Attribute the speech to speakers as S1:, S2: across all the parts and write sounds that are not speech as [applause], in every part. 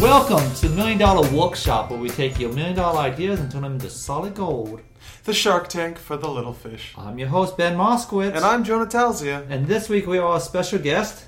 S1: Welcome to the Million Dollar Workshop, where we take your million dollar ideas and turn them into solid gold.
S2: The Shark Tank for the Little Fish.
S1: I'm your host, Ben Moskowitz.
S2: And I'm Jonah Talzia.
S1: And this week we have a special guest.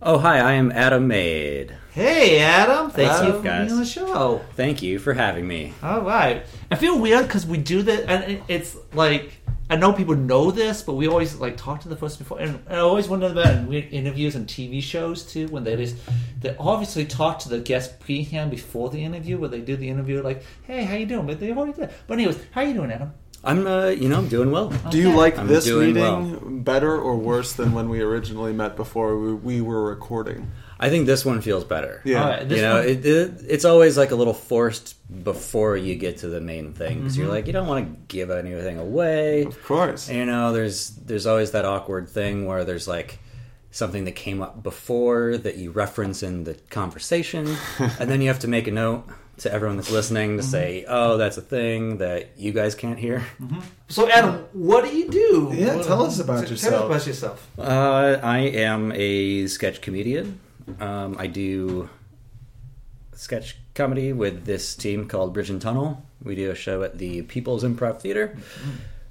S3: Oh, hi, I am Adam Maid.
S1: Hey, Adam. Thank you
S3: Hello,
S1: for
S3: guys.
S1: being on the show.
S3: Thank you for having me.
S1: All right. I feel weird because we do this, and it- it's like I know people know this, but we always like talk to the person before, and I always wonder about in weird interviews and TV shows too when they just they obviously talk to the guest prehand before the interview, where they do the interview like, "Hey, how you doing?" But they already did. But anyways, how you doing, Adam?
S3: I'm, uh, you know, I'm doing well.
S2: Do you
S1: Okay.
S2: like
S3: I'm
S2: this
S3: doing
S2: meeting
S3: well.
S2: better or worse than when we originally met before we, we were recording?
S3: I think this one feels better.
S2: Yeah.
S1: All right. This
S3: you know,
S1: one-
S3: it, it, it's always like a little forced before you get to the main thing because
S1: Mm-hmm.
S3: you're like, you don't want to give anything away.
S2: Of course.
S3: You know, there's there's always that awkward thing where there's like something that came up before that you reference in the conversation, and then you have to make a note to everyone that's listening
S1: Mm-hmm.
S3: to say, "Oh, that's a thing that you guys can't hear."
S1: So, Adam, what do you do?
S2: Yeah,
S1: What-
S2: tell us about
S1: t-
S2: yourself.
S1: Tell us about yourself.
S3: Uh, I am a sketch comedian. Um, I do sketch comedy with this team called Bridge and Tunnel. We do a show at the People's Improv Theater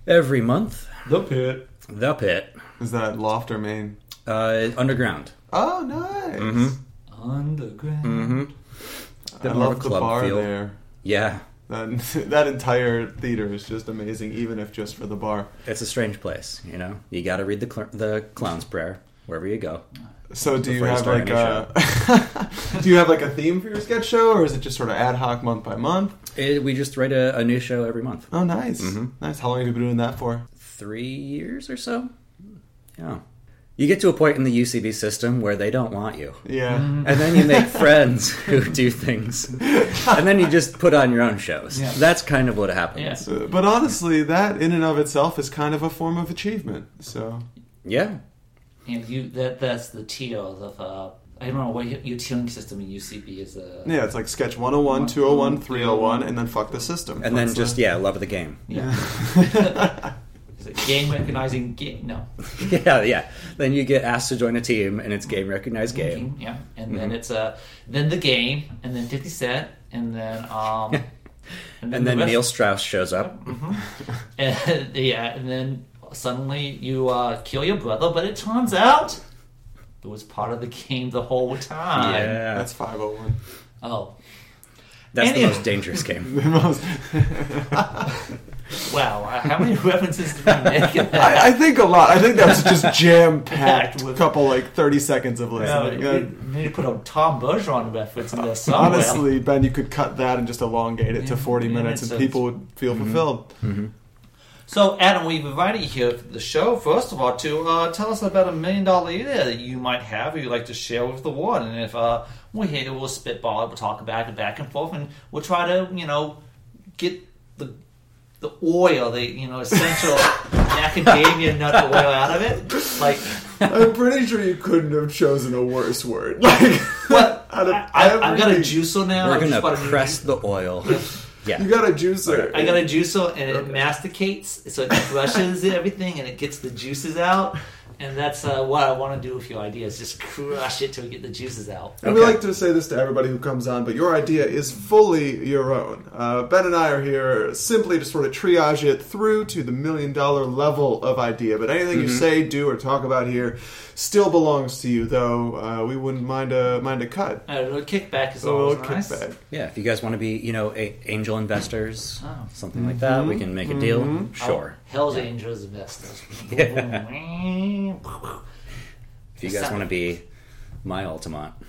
S3: every month.
S2: The Pit.
S3: The Pit,
S2: Is that Loft or Maine?
S3: uh, underground.
S2: Oh, nice.
S3: Mhm.
S1: Underground.
S2: I
S3: Bit more of
S2: Mm-hmm. love
S3: a
S2: the
S3: club
S2: bar
S3: feel.
S2: there.
S3: Yeah,
S2: That, [laughs] that entire theater is just amazing, even if just for the bar.
S3: it's a strange place. You know, you got to read the cl- the clown's prayer wherever you go.
S2: So, do you
S3: Before you
S2: have
S3: start
S2: like
S3: any
S2: a [laughs] do you have like a theme for your sketch show, or is it just sort of ad hoc month by month?
S3: It, we just write a, a new show every month.
S2: Oh, nice,
S3: Mhm.
S2: nice. How long have you been doing that for?
S3: three years or so. Yeah. You get to a point in the UCB system where they don't want you.
S2: Yeah,
S3: And then
S1: [laughs]
S3: you make friends who do things. And then you just put on your own shows.
S1: Yeah.
S3: That's kind of what happens.
S2: So- Uh, but honestly, that in and of itself is kind of a form of achievement. So
S3: Yeah.
S1: And you that that's the tiers of uh I don't know what your, your tiering system in UCB is uh
S2: yeah, it's like sketch 101, 201, 301, and then fuck the system.
S3: And then
S2: That's
S3: just,
S2: the-
S3: yeah, love the game. [laughs]
S1: [laughs] is it game recognizing game no
S3: yeah, yeah. Then you get asked to join a team and it's game recognized game.
S1: yeah and
S2: Mm-hmm.
S1: then it's uh then the game and then Fifty Cent and then um
S3: And then
S1: the
S3: Neil
S1: rest- Mm-hmm.
S3: Strauss shows up.
S1: and, [laughs] yeah and then suddenly you uh kill your brother but it turns out it was part of the game the whole time
S3: Yeah.
S2: That's
S3: That's,
S2: 501.
S1: oh
S3: the
S1: Any-
S3: most dangerous
S1: [laughs]
S3: game.
S2: [laughs] The most- [laughs]
S1: wow uh, how many [laughs] references did we make in that?
S2: I, I think a lot. I think that was just jam packed
S1: Packed with-
S2: couple like 30 seconds of
S1: Yeah,
S2: listening.
S1: we need to put a Tom Bergeron reference in there somewhere.
S2: Honestly, Ben, you could cut that and just elongate it to
S1: Oh, Yeah,
S2: 40
S1: yeah,
S2: minutes,
S1: it's-
S2: and
S1: Mm-hmm.
S2: people would feel fulfilled.
S3: Hmm.
S1: So, Adam, we've invited you here for the show, first of all, to uh, tell us about a million dollar idea that you might have or you'd like to share with the world. And if uh, we hit it, we'll spitball it, we'll talk back and back and forth, and we'll try to, you know, get the the oil, the, you know,
S2: [laughs]
S1: essential macadamia nut oil out of it. Like,
S2: I'm pretty sure you couldn't have chosen a worse word. Like,
S1: what?
S2: [laughs] out of
S1: I, I, I've got a
S2: everything.
S1: juicer now.
S3: We're
S1: I've
S3: going
S1: just
S3: to
S1: bought a new
S3: press the oil. Yeah.
S2: You got a juicer.
S1: I got a juicer and it masticates, so it
S2: [laughs]
S1: crushes everything and it gets the juices out. And that's uh, what I want to do with your ideas. Just crush it till we get the juices out.
S2: And we
S3: Okay.
S2: like to say this to everybody who comes on, but your idea is fully your own. Uh, ben and I are here simply to sort of triage it through to the million dollar level of idea. But anything
S1: Mm-hmm.
S2: you say, do, or talk about here still belongs to you, though uh, we wouldn't mind a mind a cut,
S1: A little kickback is
S2: a little
S1: always nice.
S2: Oh, kickback.
S3: Yeah, if you guys want to be, you know, a- angel investors,
S1: Oh.
S3: something like that, we can make a deal. Sure.
S1: Oh, Hell's Angels investors.
S3: If you guys
S1: Sound-
S3: want to be my Altamont.
S1: [laughs]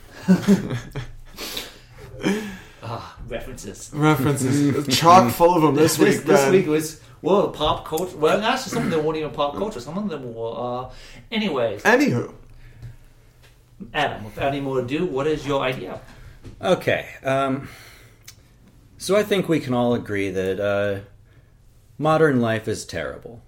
S1: Ah,
S2: [laughs]
S1: references.
S2: References [laughs] chock full of them
S1: [laughs]
S2: this,
S1: this,
S2: week.
S1: this
S2: ben.
S1: week was well pop culture. Well, actually, some of them weren't even pop culture. Some of them were. Uh, anyways,
S2: Anywho,
S1: Adam, without any more ado, what is your idea?
S3: Okay. Um, so I think we can all agree that uh, modern life is terrible.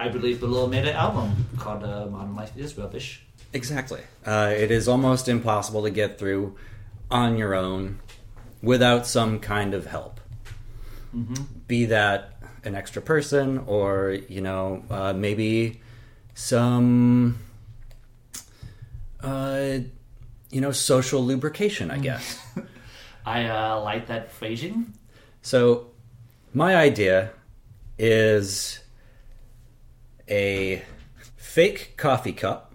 S1: I believe Below made an album called uh, "Modern Life Is Rubbish."
S3: Exactly. Uh, it is almost impossible to get through on your own without some kind of help. Be that an extra person or, you know, uh, maybe some uh, you know, social lubrication, I guess.
S1: I uh, like that phrasing.
S3: So, my idea is a fake coffee cup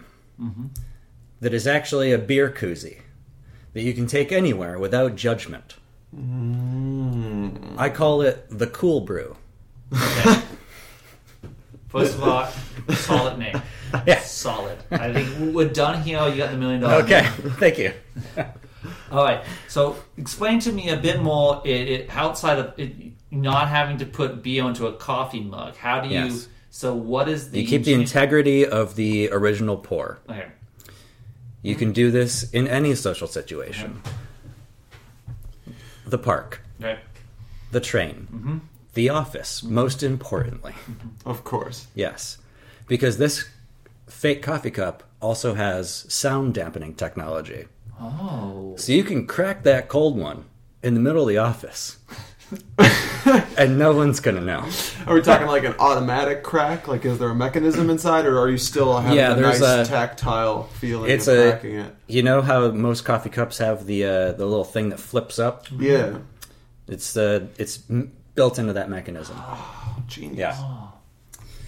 S3: that is actually a beer koozie that you can take anywhere without judgment.
S1: Mm.
S3: I call it the cool brew.
S1: First of all, solid name.
S3: Yeah.
S1: Solid. I think we're done here. You got the million dollar.
S3: Okay, [laughs] thank you.
S1: All right. So explain to me a bit more it, it, outside of it, not having to put beer into a coffee mug. How do you?
S3: Yes.
S1: So what is the?
S3: You keep the integrity of the original pour.
S1: Okay.
S3: You can do this in any social situation. The park,
S1: Okay.
S3: the train, the office, most importantly.
S2: Of course.
S3: Yes. Because this fake coffee cup also has sound dampening technology.
S1: Oh.
S3: So you can crack that cold one in the middle of the office. and no one's going to know.
S2: Are we talking like an automatic crack? Like, is there a mechanism inside, or are you still having
S3: Yeah,
S2: a nice
S3: there's a-
S2: tactile feeling
S3: It's
S2: of
S3: a-
S2: cracking it?
S3: You know how most coffee cups have the uh, the little thing that flips up?
S2: Yeah,
S3: It's uh, it's m- built into that mechanism.
S2: genius.
S3: Yeah.
S1: Oh.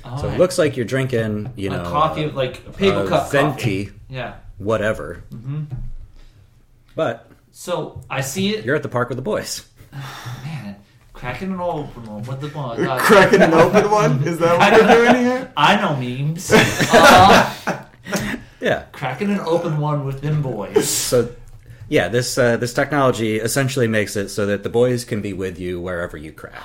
S1: All
S3: So it
S1: right.
S3: looks like you're drinking, you know,
S1: a coffee
S3: uh,
S1: like a paper
S3: uh,
S1: cup coffee.
S3: venti,
S1: Yeah. Mm-hmm.
S3: whatever. But
S1: So I see it.
S3: you're at the park with the boys.
S1: Man, cracking an open one with the mug.
S2: You're
S1: Uh,
S2: cracking an open one? Is that what we're doing here?
S1: [laughs] I know
S2: [laughs]
S1: memes. Uh,
S3: Yeah.
S1: cracking an open one with them boys.
S3: So, yeah, this uh, this technology essentially makes it so that the boys can be with you wherever you crack.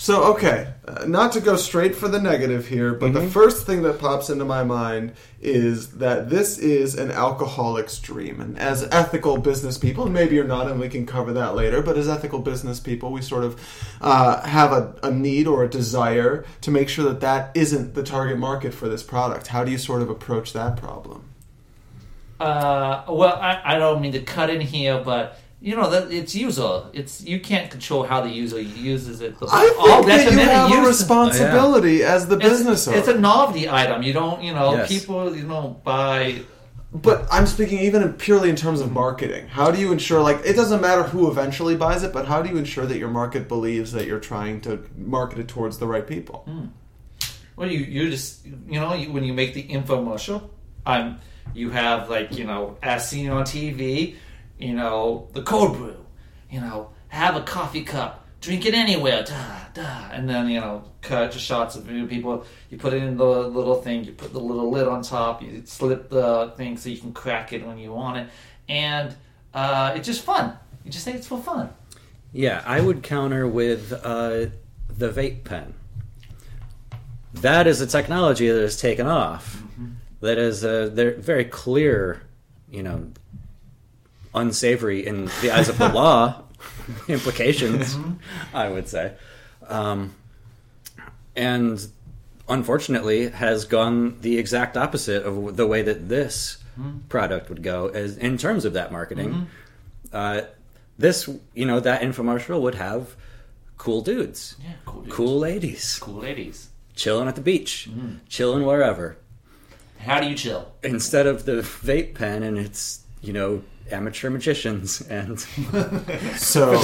S2: So, okay, uh, not to go straight for the negative here, but the first thing that pops into my mind is that this is an alcoholic's dream. And as ethical business people, and maybe you're not, and we can cover that later, but as ethical business people, we sort of uh, have a, a need or a desire to make sure that that isn't the target market for this product. How do you sort of approach that problem?
S1: Uh, well, I, I don't mean to cut in here, but you know that it's user. It's you can't control how the user uses it.
S2: I think
S1: All
S2: that you
S1: detrimental
S2: have a
S1: use-
S2: responsibility as the
S1: It's,
S2: business owner.
S1: it's a novelty item. You don't, you know,
S3: Yes.
S1: people, you know, buy.
S2: But I'm speaking even in purely in terms of marketing. How do you ensure, like, it doesn't matter who eventually buys it, but how do you ensure that your market believes that you're trying to market it towards the right people?
S1: Well, you you just you know you, when you make the infomercial, um, you have like you know as seen on TV, you know the cold brew, you know have a coffee cup, drink it anywhere, da da, and then you know cut to shots of you know, people. You put it in the little thing, you put the little lid on top, you slip the thing so you can crack it when you want it, and uh, it's just fun. You just think it's for fun.
S3: Yeah, I would counter with uh, the vape pen. That is a technology that has taken off. That is a they're very clear, you know, unsavory in the eyes of the law implications. I would say, um, and unfortunately, has gone the exact opposite of the way that this product would go as in terms of that marketing. Uh, this you know that infomercial would have cool dudes
S1: Yeah, cool. dudes.
S3: cool ladies
S1: cool ladies.
S3: chilling at the beach
S1: Mm.
S3: chilling wherever
S1: How do you chill?
S3: instead of the vape pen and it's you know amateur magicians [laughs] and
S2: So,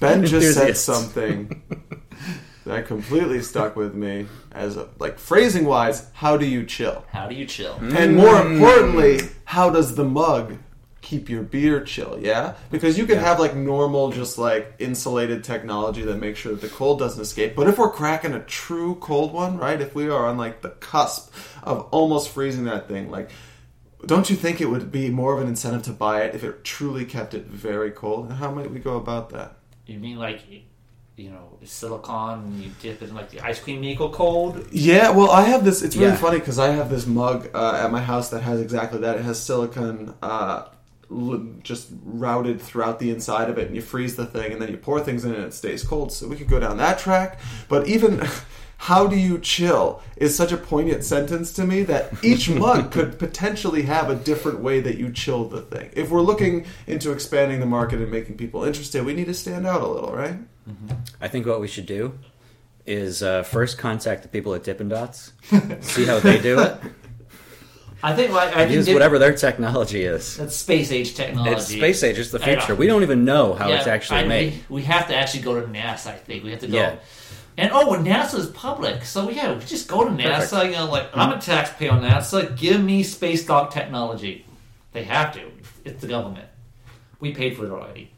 S2: Ben just said
S3: Enthusiasts.
S2: something that completely stuck with me as, a, like, phrasing wise, how do you chill?
S1: How do you chill?
S2: And more importantly, how does the mug keep your beer chill? Yeah, because you can have like normal, just like insulated technology that makes sure that the cold doesn't escape. But if we're cracking a true cold one, right? If we are on like the cusp of almost freezing that thing, like. Don't you think it would be more of an incentive to buy it if it truly kept it very cold? And how might we go about that?
S1: You mean like, you know, silicon and you dip it in like the ice cream maker cold?
S2: Yeah, well, I have this. It's really
S3: Yeah.
S2: funny because I have this mug uh, at my house that has exactly that. It has silicone uh, l- just routed throughout the inside of it, and you freeze the thing, and then you pour things in, it and it stays cold. So we could go down that track. But even [laughs] how do you chill is such a poignant sentence to me that each mug could potentially have a different way that you chill the thing. If we're looking into expanding the market and making people interested, we need to stand out a little, right?
S3: i think what we should do
S1: [laughs]
S3: is uh, first contact the people at dippin' dots see how they do it
S1: I think like I
S3: Use
S1: think
S3: whatever their technology is.
S1: that's space age technology.
S3: It's space age. It's the
S1: I know.
S3: future. We don't even know how it's actually
S1: I- we-
S3: made.
S1: We, have to actually go to NASA. I think we have to go.
S3: Yeah.
S1: And oh, and NASA is public, so yeah, we just go to NASA.
S3: Perfect.
S1: You know, like I'm a taxpayer on NASA. Give me space dock technology. They have to. It's the government. We paid for it already.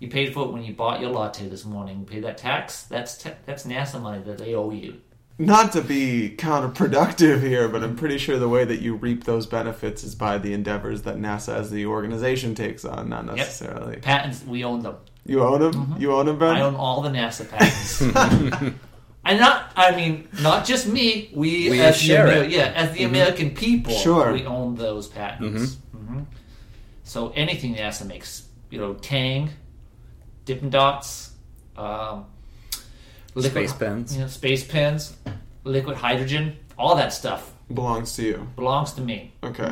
S1: You paid for it when you bought your latte this morning. You paid that tax. That's ta- that's NASA money that they owe you.
S2: Not to be counterproductive here, but I'm pretty sure the way that you reap those benefits is by the endeavors that NASA as the organization takes on, not necessarily.
S1: Patents, we own them.
S2: You own them? You own them, Ben?
S1: I own all the NASA patents.
S3: [laughs]
S1: and not, I mean, not just me. We,
S3: We
S1: as
S3: share
S1: the, Amer-
S3: it. Mm-hmm.
S1: yeah, as the American people,
S2: Sure.
S1: we own those patents. hmm
S3: Mm-hmm.
S1: So anything NASA makes, you know, Tang, Dippin' Dots, um,
S3: Space pens.
S1: you know, space pens, liquid hydrogen, all that stuff
S2: belongs to you.
S1: belongs to me.
S2: Okay.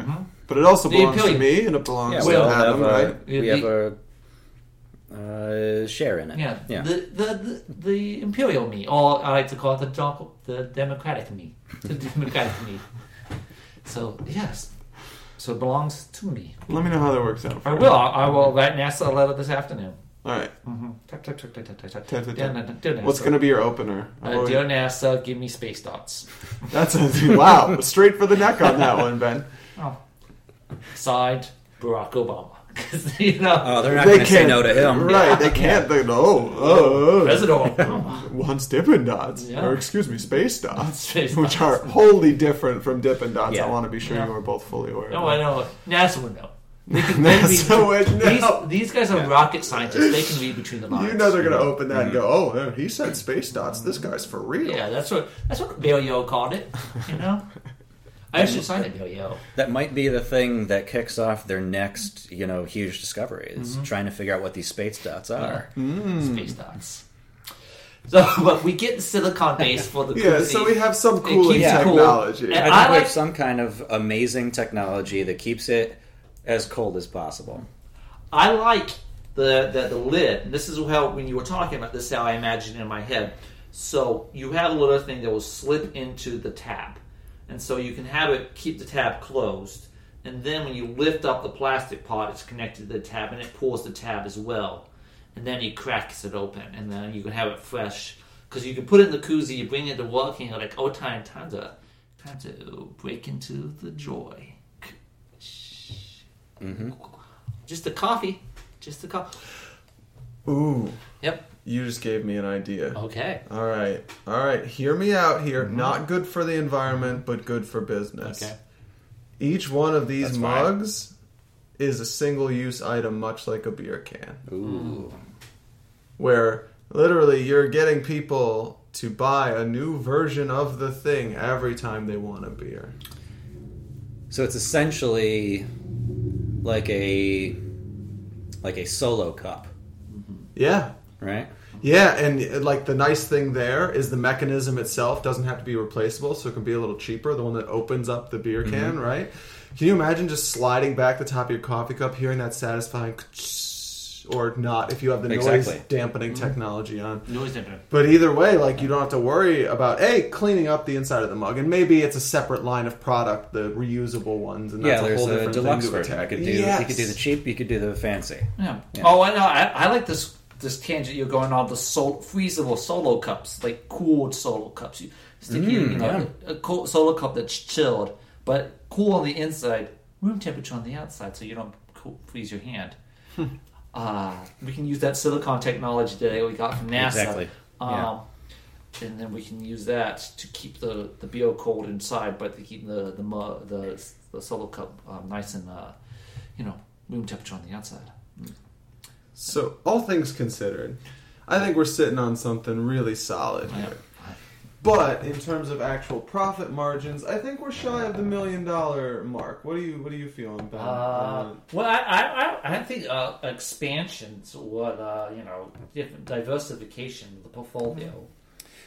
S2: But it also
S1: The
S2: belongs to
S1: appeal-
S2: me, and it belongs
S3: Yeah,
S2: to
S3: we all have
S2: Adam, right?
S3: a, we
S1: Yeah,
S3: have a uh, share in it.
S1: Yeah,
S3: yeah.
S1: The, the the the imperial me, or I like to call it the doc- the democratic me,
S3: [laughs]
S1: the democratic me. So yes, so it belongs to me.
S2: Let me know how that works out. for
S1: I
S2: you.
S1: will. I will write NASA a letter this afternoon.
S2: All right.
S1: Tap, tap, tap, tap, tap, tap, tap.
S2: Tap, tap,
S1: Dear
S2: tap.
S1: Na- dear
S2: What's
S1: NASA.
S2: going to be your opener? I'm
S1: Uh,
S2: always-
S1: dear NASA, give me space
S3: [laughs]
S1: dots.
S2: That's a, wow. Straight for the neck on that one, Ben.
S1: Oh. Signed, Barack Obama. [laughs] 'Cause, you know,
S3: Oh, they're not going to say no to him.
S2: Right. They can't. They, oh, oh, oh.
S1: President Obama.
S2: Wants Dippin' Dots,
S1: Yeah.
S2: or excuse me, Space
S1: [laughs]
S2: Dots,
S1: Space
S2: which
S1: Dots.
S2: are wholly different from Dippin' Dots. I
S3: Yeah.
S2: want to be sure
S1: Yeah.
S2: you are both fully aware.
S1: No, I know. NASA would know. They
S2: [laughs]
S1: can
S2: NASA
S1: read between-
S2: would
S1: these-
S2: know.
S1: These, guys are rocket scientists. They can read between the lines.
S2: You know they're going to open that and go, oh, yeah, he said Space Dots. This guy's for real.
S1: Mm-hmm. Yeah, that's what that's what Yo called it. You
S2: [laughs]
S1: know, I actually signed it Yo.
S3: That might be the thing that kicks off their next, you know, huge discovery is
S1: Mm-hmm.
S3: trying to figure out what these space dots are.
S2: Hmm.
S1: Space dots. So, [laughs] but we get silicon base for the
S2: Yeah,
S1: cool
S2: so
S1: thing.
S2: we have some
S1: It
S2: cooling
S1: keeps it cool.
S2: technology.
S1: And
S3: I think
S1: I
S3: we
S1: like-
S3: have some kind of amazing technology that keeps it as cold as possible.
S1: I like the, the the lid. This is how when you were talking about this, how I imagined it in my head. So you have a little thing that will slip into the tap, and so you can have it keep the tap closed. And then when you lift up the plastic part, it's connected to the tab, and it pulls the tab as well. And then it cracks it open, and then you can have it fresh because you can put it in the koozie. You bring it to work, and you're like, "Oh, time, time to, time to break into the joy." Just the coffee, just the coffee.
S2: Ooh,
S1: Yep.
S2: you just gave me an idea.
S1: Okay.
S2: All right, all right. Hear me out here. Not good for the environment, but good for business.
S1: Mm-hmm. Okay.
S2: Each one of these
S3: That's fine.
S2: mugs is a single-use item, much like a beer can,
S3: Ooh.
S2: where literally you're getting people to buy a new version of the thing every time they want a beer.
S3: So it's essentially like a like a solo cup,
S2: Yeah.
S3: right?
S2: Yeah, and uh, like the nice thing there is the mechanism itself doesn't have to be replaceable, so it can be a little cheaper. The one that opens up the beer can, right? Can you imagine just sliding back the top of your coffee cup, hearing that satisfying, or not if you have the noise
S3: Exactly.
S2: dampening technology on?
S1: Noise dampener.
S2: But either way, like you don't have to worry about a cleaning up the inside of the mug, and maybe it's a separate line of product, the reusable ones, and that's
S3: yeah,
S2: a
S3: there's
S2: whole
S3: a
S2: different
S3: deluxe
S2: thing to
S3: version. You
S2: attack.
S3: could do you could do the cheap, you could do the fancy.
S1: Yeah.
S3: Yeah.
S1: Oh, I know. I, I like this this tangent you're going on the sol- freezable solo cups, like cooled solo cups. You stick you,
S3: Mm,
S1: you know, a cool solo cup that's chilled, but cool on the inside, room temperature on the outside, so you don't cool, freeze your hand.
S3: Hmm.
S1: uh, we can use that silicon technology that we got from NASA.
S3: Exactly.
S1: Um,
S3: Yeah.
S1: And then we can use that to keep the, the beer cold inside, but to keep the the mu- the, the solo cup um, nice and uh, you know room temperature on the outside.
S2: So, all things considered, I think we're sitting on something really solid here. But in terms of actual profit margins, I think we're shy of the million dollar mark. What do you What are you feeling
S1: Uh,
S2: about?
S1: well, I, I, I- I think uh, expansions, what uh, you know, different diversification of the portfolio.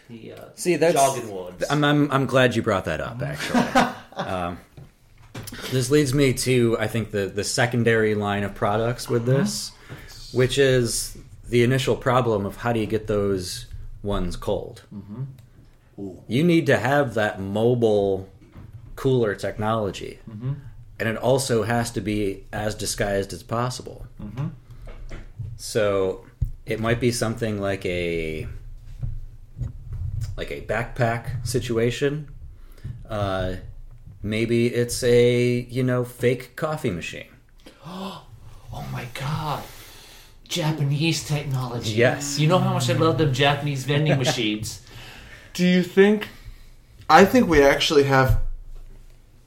S1: The uh,
S3: See, that's
S1: jogging words.
S3: I'm, I'm I'm glad you brought that up. Actually, um,
S1: [laughs]
S3: this leads me to I think the the secondary line of products with this, which is the initial problem of how do you get those ones cold.
S1: Mm-hmm. Ooh.
S3: You need to have that mobile cooler technology,
S1: Mm-hmm.
S3: and it also has to be as disguised as possible.
S1: Mm-hmm.
S3: So it might be something like a like a backpack situation. Uh, maybe it's a you know fake coffee machine.
S1: Oh my god. Japanese technology.
S3: Yes.
S1: You know how much I love them Japanese
S3: [laughs]
S1: vending machines. Do you think?
S2: I think we actually have.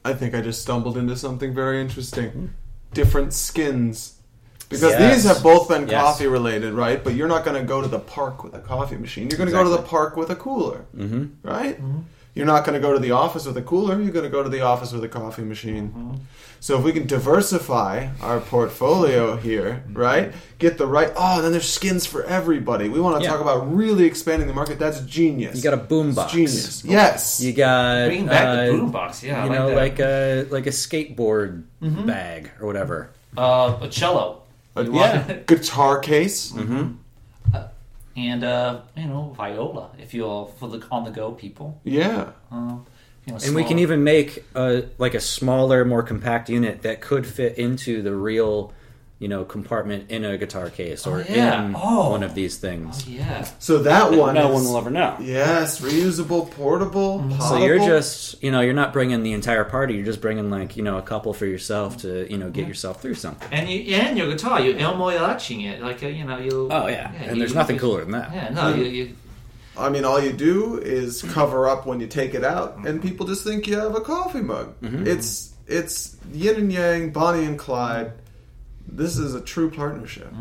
S2: I think I just stumbled into something very
S1: Hmm.
S2: interesting. Different skins. Because
S3: Yes.
S2: these have both been
S3: Yes.
S2: coffee related, right? But you're not going to go to the park with a coffee machine. You're going to go to the
S3: Exactly.
S2: park with a cooler, mm-hmm. right? You're not going to go to the office with a cooler. You're going to go to the office with a coffee machine.
S1: Mm-hmm.
S2: So if we can diversify our portfolio here,
S3: Mm-hmm.
S2: right? Get the right. Oh, then there's skins for everybody. We want to
S3: Yeah.
S2: talk about really expanding the market. That's genius.
S3: You got a boom
S2: It's
S3: box.
S2: Genius. Yes.
S3: You got
S1: Bringing back the
S3: uh,
S1: boombox, yeah. I
S3: you know,
S1: that. Mm-hmm.
S3: like a like a skateboard bag or whatever.
S1: uh, a cello.
S2: A
S1: You
S3: yeah. Mm-hmm.
S1: want-
S2: guitar case.
S1: [laughs] and uh, you know viola if you're for the on the go people.
S2: Yeah.
S1: Um, you know,
S3: And we can
S1: smaller-
S3: even make a like a smaller, more compact unit that could fit into the real, you know, compartment in a guitar case or
S1: Oh, yeah.
S3: in
S1: Oh.
S3: one of these things.
S1: yeah.
S2: So that one.
S3: no
S2: is-
S3: one will ever know.
S2: Yes, reusable, portable.
S3: So you're
S2: potable.
S3: just, you know, you're not bringing the entire party. You're just bringing like, you know, a couple for yourself to, you know, get yourself through something.
S1: And you and your guitar, you're El Mariachi-ing it like uh, you know you.
S3: Oh yeah, and
S1: you-
S3: there's nothing
S1: you-
S3: cooler than that.
S1: Yeah, no, you, you
S2: I mean, all you do is cover up when you take it out,
S3: Mm-hmm.
S2: and people just think you have a coffee mug. It's it's yin and yang, Bonnie and Clyde. This is a true partnership.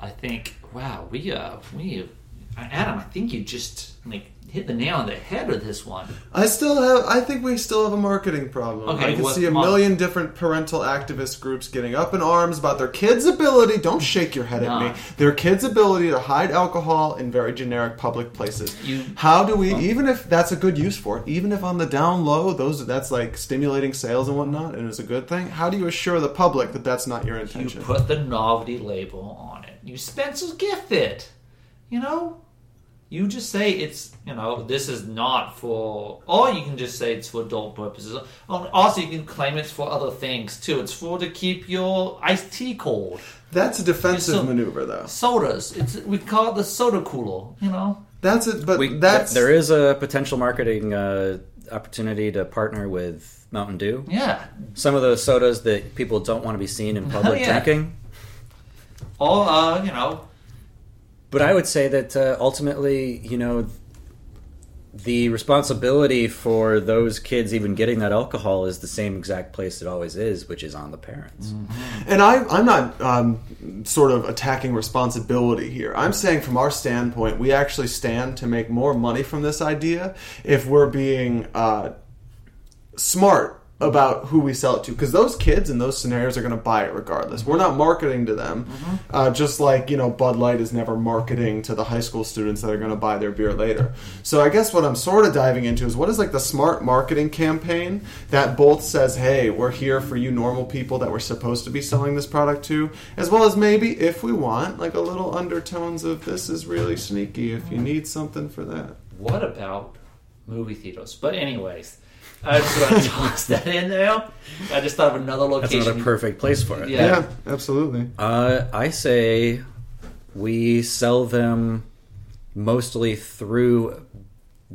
S1: I think, wow, we uh, we, Adam, I think you just like hit the nail on the head with this one.
S2: I still have. I think we still have a marketing problem.
S1: Okay,
S2: I can
S1: what
S2: see a
S1: mon-
S2: million different parental activist groups getting up in arms about their kids' ability. Don't shake your head
S1: Nah.
S2: at me. Their kids' ability to hide alcohol in very generic public places.
S1: You- Oh.
S2: How do we? Even if that's a good use for it, even if on the down low, those that's like stimulating sales and whatnot, and is a good thing. How do you assure the public that that's not your
S1: You
S2: intention?
S1: put the novelty label on it. You Spencer's gift it. You know, you just say it's you know this is not for, or you can just say it's for adult purposes. Oh, Also, you can claim it's for other things too. It's for to keep your iced tea cold,
S2: that's a defensive
S1: Just a-
S2: maneuver, though.
S1: sodas. It's we call it the soda cooler. You know,
S2: That's it. But
S3: We,
S2: that's
S3: there is a potential marketing uh, opportunity to partner with Mountain Dew.
S1: yeah.
S3: Some of those sodas that people don't want to be seen in public
S1: yeah.
S3: drinking.
S1: Or uh, you know,
S3: But I would say that uh, ultimately, you know, the responsibility for those kids even getting that alcohol is the same exact place it always is, which is on the parents.
S1: Mm-hmm.
S2: And I, I'm not um, sort of attacking responsibility here. I'm saying from our standpoint, we actually stand to make more money from this idea if we're being uh, smart about who we sell it to. Because those kids in those scenarios are going to buy it regardless. We're not marketing to them, uh, just like, you know, Bud Light is never marketing to the high school students that are going to buy their beer later. So I guess what I'm sort of diving into is what is like the smart marketing campaign that both says, hey, we're here for you normal people that we're supposed to be selling this product to, as well as maybe, if we want, like a little undertones of this is really sneaky if you need something for that.
S1: what about movie theaters? But anyways, I just want to [laughs] toss that in there. I just thought of another
S3: That's
S1: location.
S3: another perfect place for it.
S1: Yeah.
S2: absolutely.
S3: Uh, I say we sell them mostly through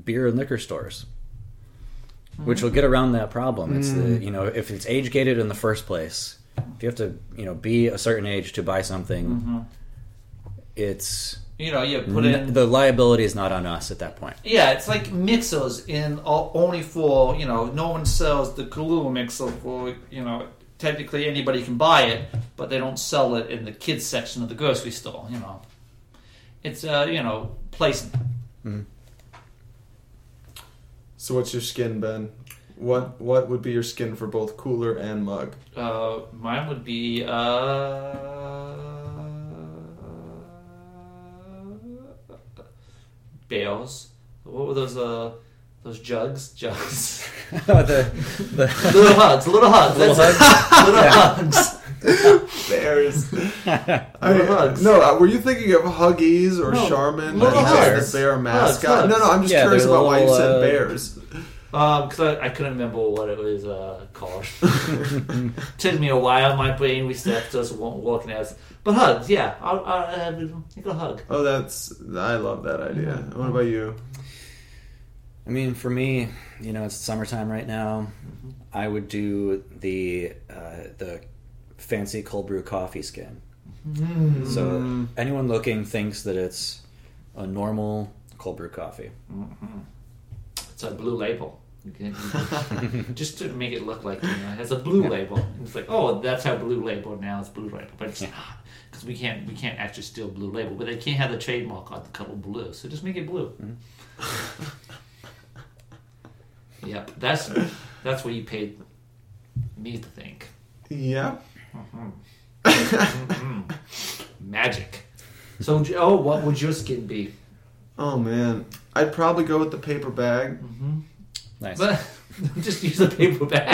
S3: beer and liquor stores, which will get around that problem. It's
S1: Mm.
S3: the you know if it's age gated in the first place, if you have to you know be a certain age to buy something, it's
S1: you know, you Mm-hmm. put
S3: n-
S1: in
S3: the liability is not on us at that point. [laughs]
S1: Yeah, it's like mixers in all, only for you know no one sells the Kahlua mixer for you know technically anybody can buy it, but they don't sell it in the kids section of the grocery store. You know, it's uh you know placement.
S2: So what's your skin, Ben? What what would be your skin for both cooler and
S1: [laughs]
S2: mug?
S1: Uh, mine would be uh. Bales. What were those? Uh, those jugs, jugs. [laughs]
S3: the, the,
S1: little
S3: [laughs]
S1: hugs, little hugs. Little that's hugs. little hugs.
S2: Bears. I
S1: Little
S2: mean,
S1: hugs.
S2: No, uh, were you thinking of Huggies or
S1: No,
S2: Charmin?
S1: little
S2: Like,
S3: hugs.
S2: The bear
S1: Hugs,
S2: mascot.
S1: hugs.
S2: No, no, I'm just
S3: Yeah,
S2: curious
S3: they're
S2: about why you
S3: little,
S2: said
S3: uh,
S2: bears.
S1: because Um, I, I couldn't remember what it was uh, [laughs] called.
S2: uh, [laughs]
S1: Took me a while. My brain resets just won't work now. But hugs, yeah. I'll, I'll, I'll take a hug.
S2: Oh, that's I love that idea. What about [laughs] you?
S3: I mean, for me, you know, it's summertime right now. I would do the uh, the fancy cold brew coffee skin.
S1: Mm.
S3: So anyone looking thinks that it's a normal cold brew coffee.
S1: It's a blue label. You can- just to make it look like you know, it has a blue label. And it's like, oh, that's how blue label now is blue label, but it's not because we can't we can't actually steal blue label, but they can't have the trademark on the color blue, so just make it blue. yep, that's that's what you paid me to think.
S2: Yeah.
S1: Magic. So, Joe, what would your skin be?
S2: Oh man, I'd probably go with the paper bag.
S3: Nice.
S1: But [laughs] just use a paper bag.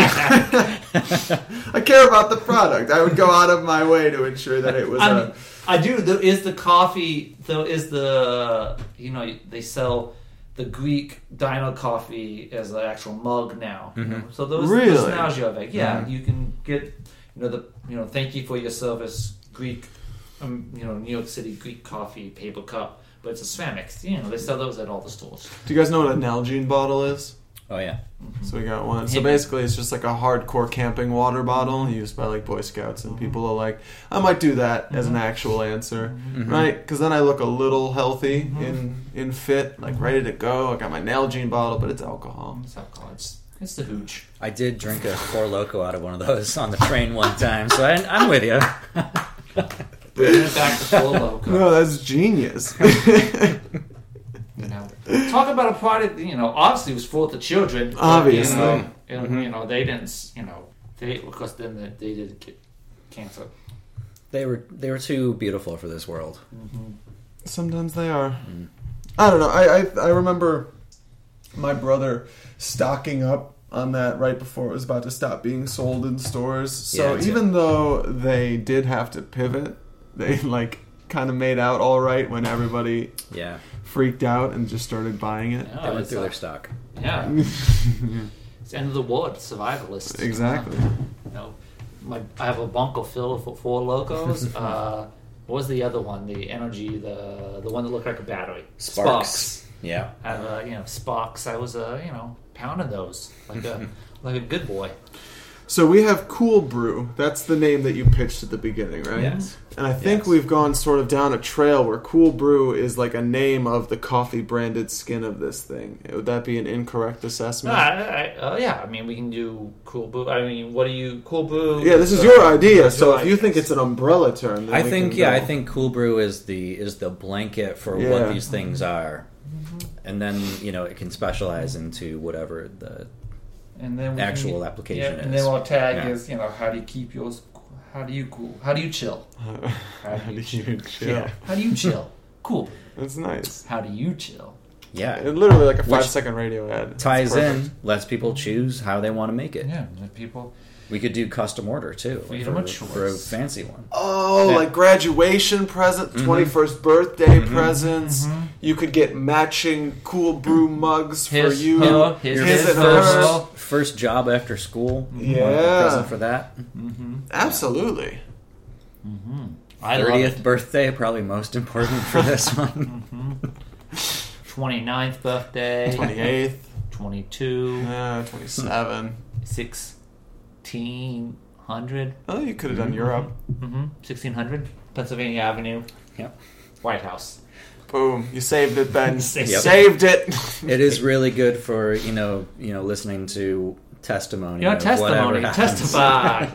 S2: I care about the product. I would go out of my way to ensure that it was.
S1: I,
S2: a,
S1: mean, I do. There is the coffee. There is the you know they sell the Greek dino coffee as an actual mug now. you know? So those
S2: Mm-hmm. Really? Mm-hmm.
S1: those nostalgia of it. Yeah, you can get you know the you know thank you for your service Greek um, you know New York City Greek coffee paper cup, but it's a ceramic. You know they sell those at all the stores.
S2: Do you guys know what a Nalgene bottle is?
S3: Oh yeah.
S2: So we got one. So
S1: Yeah.
S2: basically, it's just like a hardcore camping water bottle used by like Boy Scouts, and people are like, "I might do that as an actual answer, Right? 'Cause right?" Because then I look a little healthy in in fit, like ready to go. I got my Nalgene bottle, but it's alcohol.
S1: It's alcohol. It's, it's the
S2: [laughs]
S1: hooch.
S3: I did drink a four loco out of one of those on the train one time, so I, I'm with you.
S1: Bring it back to full loco.
S2: No, that's genius. [laughs]
S1: You know, talk about a product. You know, obviously it was for the children. but,
S2: Obviously.
S1: you know, and, you know they didn't. s- You know, they because then they, they didn't get cancer.
S3: They were they were too beautiful for this world.
S2: Sometimes they are.
S3: Mm.
S2: I don't know. I, I I remember my brother stocking up on that right before it was about to stop being sold in stores. So
S3: Yeah, it's-
S2: even though they did have to pivot, they [laughs] like kind of made out all right when everybody
S3: Yeah,
S2: freaked out and just started buying it.
S1: You know,
S3: they went
S1: it's
S3: through
S1: like-
S3: their stock.
S2: [laughs]
S1: yeah. it's the end of the world. Survivalists. you know.
S2: Exactly.
S1: You know, my I have a bunko filled for four
S2: [laughs]
S1: locos. uh, what was the other one? The energy, the the one that looked like a battery.
S3: Yeah.
S1: I have a, you know sparks. I was uh, you know pounding those like
S2: [laughs]
S1: a like a good boy.
S2: So we have Cool Brew. That's the name that you pitched at the beginning, right?
S3: Yes.
S2: And I think
S3: Yes.
S2: we've gone sort of down a trail where Cool Brew is like a name of the coffee branded skin of this thing. Would that be an incorrect assessment?
S1: No,
S3: Ah,
S1: I, I, uh, yeah, I mean, we can do Cool Boo. I mean, what do you Cool Boo?
S2: yeah, this is
S1: uh,
S2: your idea.
S1: it's
S2: So
S1: your
S2: if you
S1: idea.
S2: think it's an umbrella term, then
S3: I
S2: we
S3: think
S2: can
S3: yeah,
S2: go.
S3: I
S2: [laughs]
S3: think cool brew is the is the blanket for
S2: Yeah.
S3: what these things
S1: Mm-hmm.
S3: are. And then, you know, it can specialize into whatever the
S1: and then we
S3: actual application
S1: yeah, and
S3: is.
S1: then our tag
S3: Yeah.
S1: is you know how do you keep yours? How do you cool? How do you chill? How do you chill?
S2: Yeah,
S1: How do you chill? Cool.
S2: that's nice.
S1: How do you chill?
S3: yeah.
S2: It literally like a
S3: Which
S2: five second radio ad It's
S3: Ties
S2: perfect.
S3: in, lets people choose how they want to make it.
S1: Yeah, the people.
S3: We could do custom order too.
S1: Freedom of
S3: for, for a
S1: choice.
S3: fancy one.
S2: Oh,
S3: Yeah.
S2: like graduation present, twenty first birthday presents.
S1: Mm-hmm.
S2: You could get matching Cool Brew mugs for
S1: His,
S2: you.
S1: her, his,
S2: His
S1: his,
S2: and hers.
S1: hers.
S3: First job after school.
S2: Yeah.
S3: Want a Present for that.
S2: Absolutely.
S1: I love it.
S3: Thirtieth birthday, probably most important for
S1: [laughs]
S3: this one.
S1: 29th birthday.
S2: 28th,
S1: 22.
S2: uh, 27.
S1: 1600.
S2: Oh, you could have done Europe.
S1: Mm-hmm. 1600. Pennsylvania Avenue.
S3: Yep.
S1: White House.
S2: Boom. You saved
S1: [laughs]
S2: it, Ben.
S1: Saved
S3: Yep.
S2: Saved [laughs] it.
S3: It is really good for you know you know listening to testimony.
S1: Your
S3: of
S1: testimony.
S3: whatever [laughs] happens.
S1: Testify.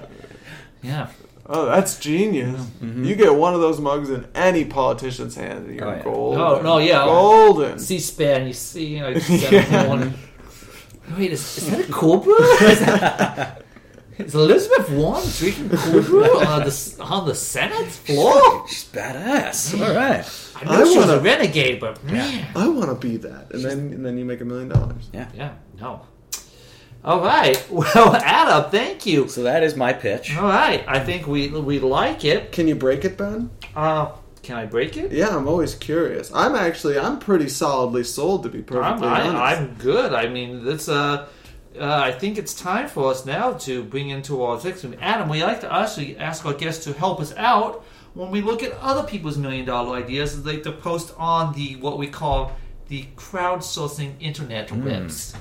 S1: yeah.
S2: oh, that's genius. You get one of those mugs in any politician's hand, and you're
S3: Oh, yeah.
S2: golden.
S1: Oh, no, yeah.
S2: Golden.
S1: C-SPAN. You see, you know, you set up one. Wait, is, is that a cold brew? [laughs]
S3: [laughs]
S1: Is, that- is Elizabeth Warren drinking cold brew on the on the Senate floor?
S3: She's badass. All right.
S1: I know she was a
S2: wanna-
S1: renegade, but man,
S2: I want to be that, and then and then you make a million dollars.
S1: yeah, no. All right, [laughs] well, Adam, thank you.
S3: So that is my pitch.
S1: All right, I think we we like it.
S2: Can you break it, Ben?
S1: Uh, Can I break it?
S2: Yeah, I'm always curious. I'm actually I'm pretty solidly sold to be
S1: I'm,
S2: perfectly honest.
S1: I, I'm good. I mean, that's uh, uh, I think it's time for us now to bring into our victim. Adam, we like to actually ask our guests to help us out when we look at other people's million dollar ideas. They like to post on the what we call the crowdsourcing internet
S2: Mm-hmm.
S1: webs.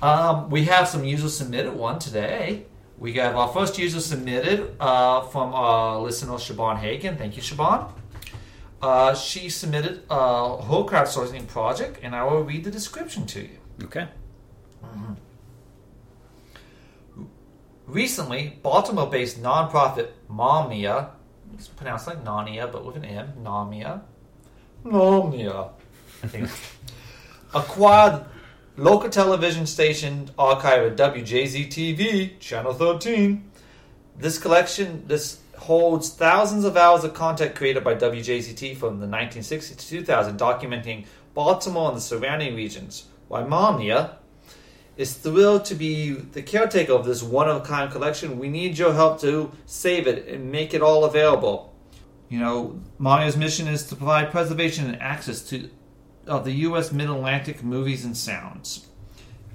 S1: Um, we have some user submitted one today. We have our first user submitted uh, from our listener Siobhan Hagen. Thank you, Siobhan. Uh, she submitted a whole crowdsourcing project, and I will read the description to you.
S3: Okay.
S1: Recently, Baltimore based nonprofit Momia, it's pronounced like Nania, but with an M, Nomia. Nomia, I think. acquired local television station archive at WJZ TV, Channel 13. This collection this holds thousands of hours of content created by WJZT from the 1960s to 2000, documenting Baltimore and the surrounding regions. While Momia, is thrilled to be the caretaker of this one of a kind collection. We need your help to save it and make it all available. You know, Mario's mission is to provide preservation and access to of the U.S. Mid Atlantic movies and sounds.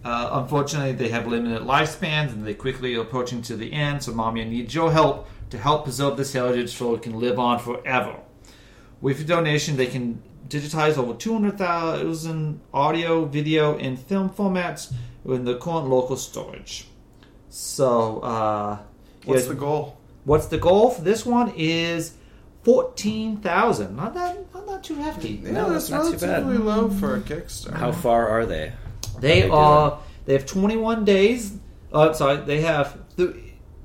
S1: Uh, unfortunately, they have limited lifespans and they're quickly approaching to the end, so Momia needs your help to help preserve this heritage so it can live on forever. With your donation, they can digitize over 200,000 audio, video, and film formats in the current local storage. So, uh,
S2: What's
S1: yeah,
S2: the goal?
S1: what's the goal for this one? Is 14,000. Not that, not, that too hefty.
S2: Yeah,
S3: No,
S2: that's
S3: not too bad.
S2: relatively low for a Kickstarter.
S3: How far are they?
S1: They
S3: They do
S1: are. They have 21 days. Uh, sorry, they have. Th-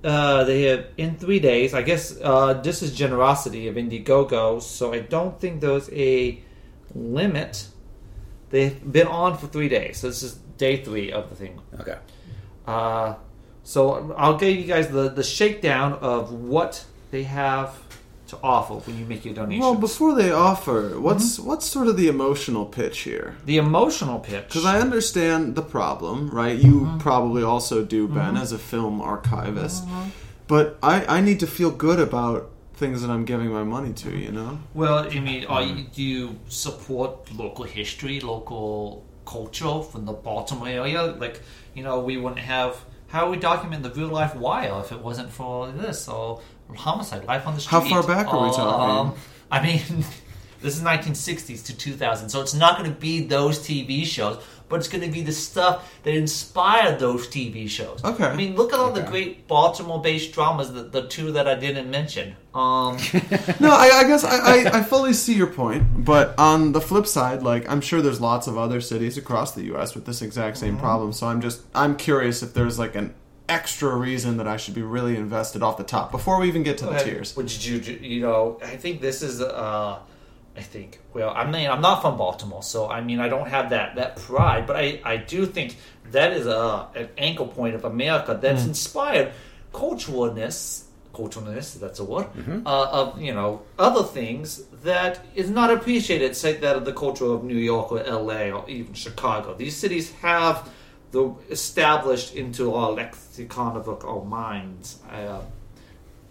S1: uh, they have in three days. I guess uh, this is generosity of Indiegogo, so I don't think there's a limit. They've been on for three days, so this is day three of the thing.
S3: Okay.
S1: Uh, so I'll give you guys the, the shakedown of what they have to offer when you make your donation.
S2: Well, before they offer, what's what's sort of the emotional pitch here?
S1: the emotional pitch.
S2: Because I understand the problem, right? You probably also do, Ben, as a film archivist. But I, I need to feel good about things that I'm giving my money to, you know?
S1: Well, I mean, are you, do you support local history, local culture from the Baltimore area? Like, you know, we wouldn't have how would we document the real life wire if it wasn't for this or homicide, life on the street. Um,
S2: How far back are we talking?
S1: I mean, [laughs] this is 1960s to 2000, so it's not going to be those TV shows, but it's going to be the stuff that inspired those TV shows.
S2: Okay.
S1: I mean, look at all the great Baltimore-based dramas. The, the two that I didn't mention. Um.
S2: no, I, I guess I, I, I fully see your point, but on the flip side, like I'm sure there's lots of other cities across the U.S. with this exact same
S1: Mm-hmm.
S2: problem. So I'm just I'm curious if there's like an extra reason that I should be really invested off the top before we even get to the
S1: Okay.
S2: tiers.
S1: Which you you know, I think this is uh I think well, I mean I'm not from Baltimore, so I mean I don't have that that pride, but I I do think that is a an anchor point of America that's
S2: Mm.
S1: inspired culturalness culturalness that's a word
S2: Mm-hmm.
S1: uh, of you know other things that is not appreciated say that of the culture of new york or la or even chicago these cities have the established into our lexicon of our minds uh,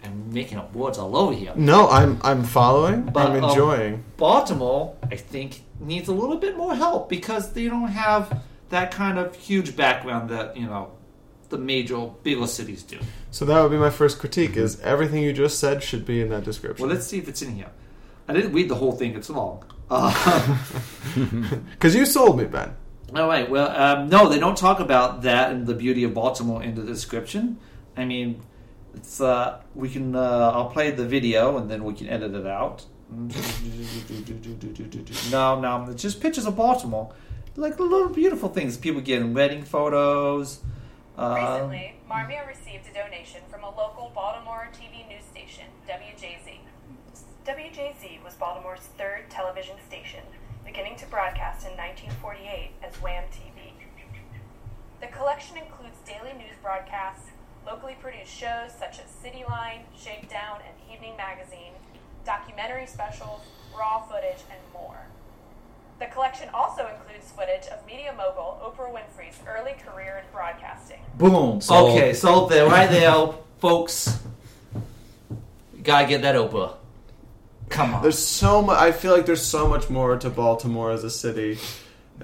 S1: I'm making up words all over here.
S2: No, I'm I'm following. Mm. I'm
S1: um,
S2: enjoying.
S1: Baltimore, I think, needs a little bit more help because they don't have that kind of huge background that you know the major bigger cities do.
S2: so that would be my first critique: is everything you just said should be in that description.
S1: Well, let's see if it's in here. I didn't read the whole thing; it's long. Uh, [laughs]
S2: Because you sold me, Ben.
S1: all right. Well, um, no, they don't talk about that and the beauty of Baltimore in the description. I mean, it's uh, we can. Uh, I'll play the video and then we can edit it out. [laughs] No, no, it's just pictures of Baltimore, like little beautiful things people get in wedding photos. Uh,
S4: Recently, Marmia received a donation from a local Baltimore TV news station, WJZ. WJZ was Baltimore's third television station, beginning to broadcast in 1948 as Wham TV. The collection includes daily news broadcasts, locally produced shows such as City Line, Shakedown, and Evening Magazine, documentary specials, raw footage, and more. The collection also includes footage of media mogul Oprah Winfrey's early career in broadcasting.
S1: boom.
S3: Sold.
S1: um, Okay, so there, right there, folks. Gotta get that Oprah. Come on.
S2: There's so much. I feel like there's so much more to Baltimore as a city.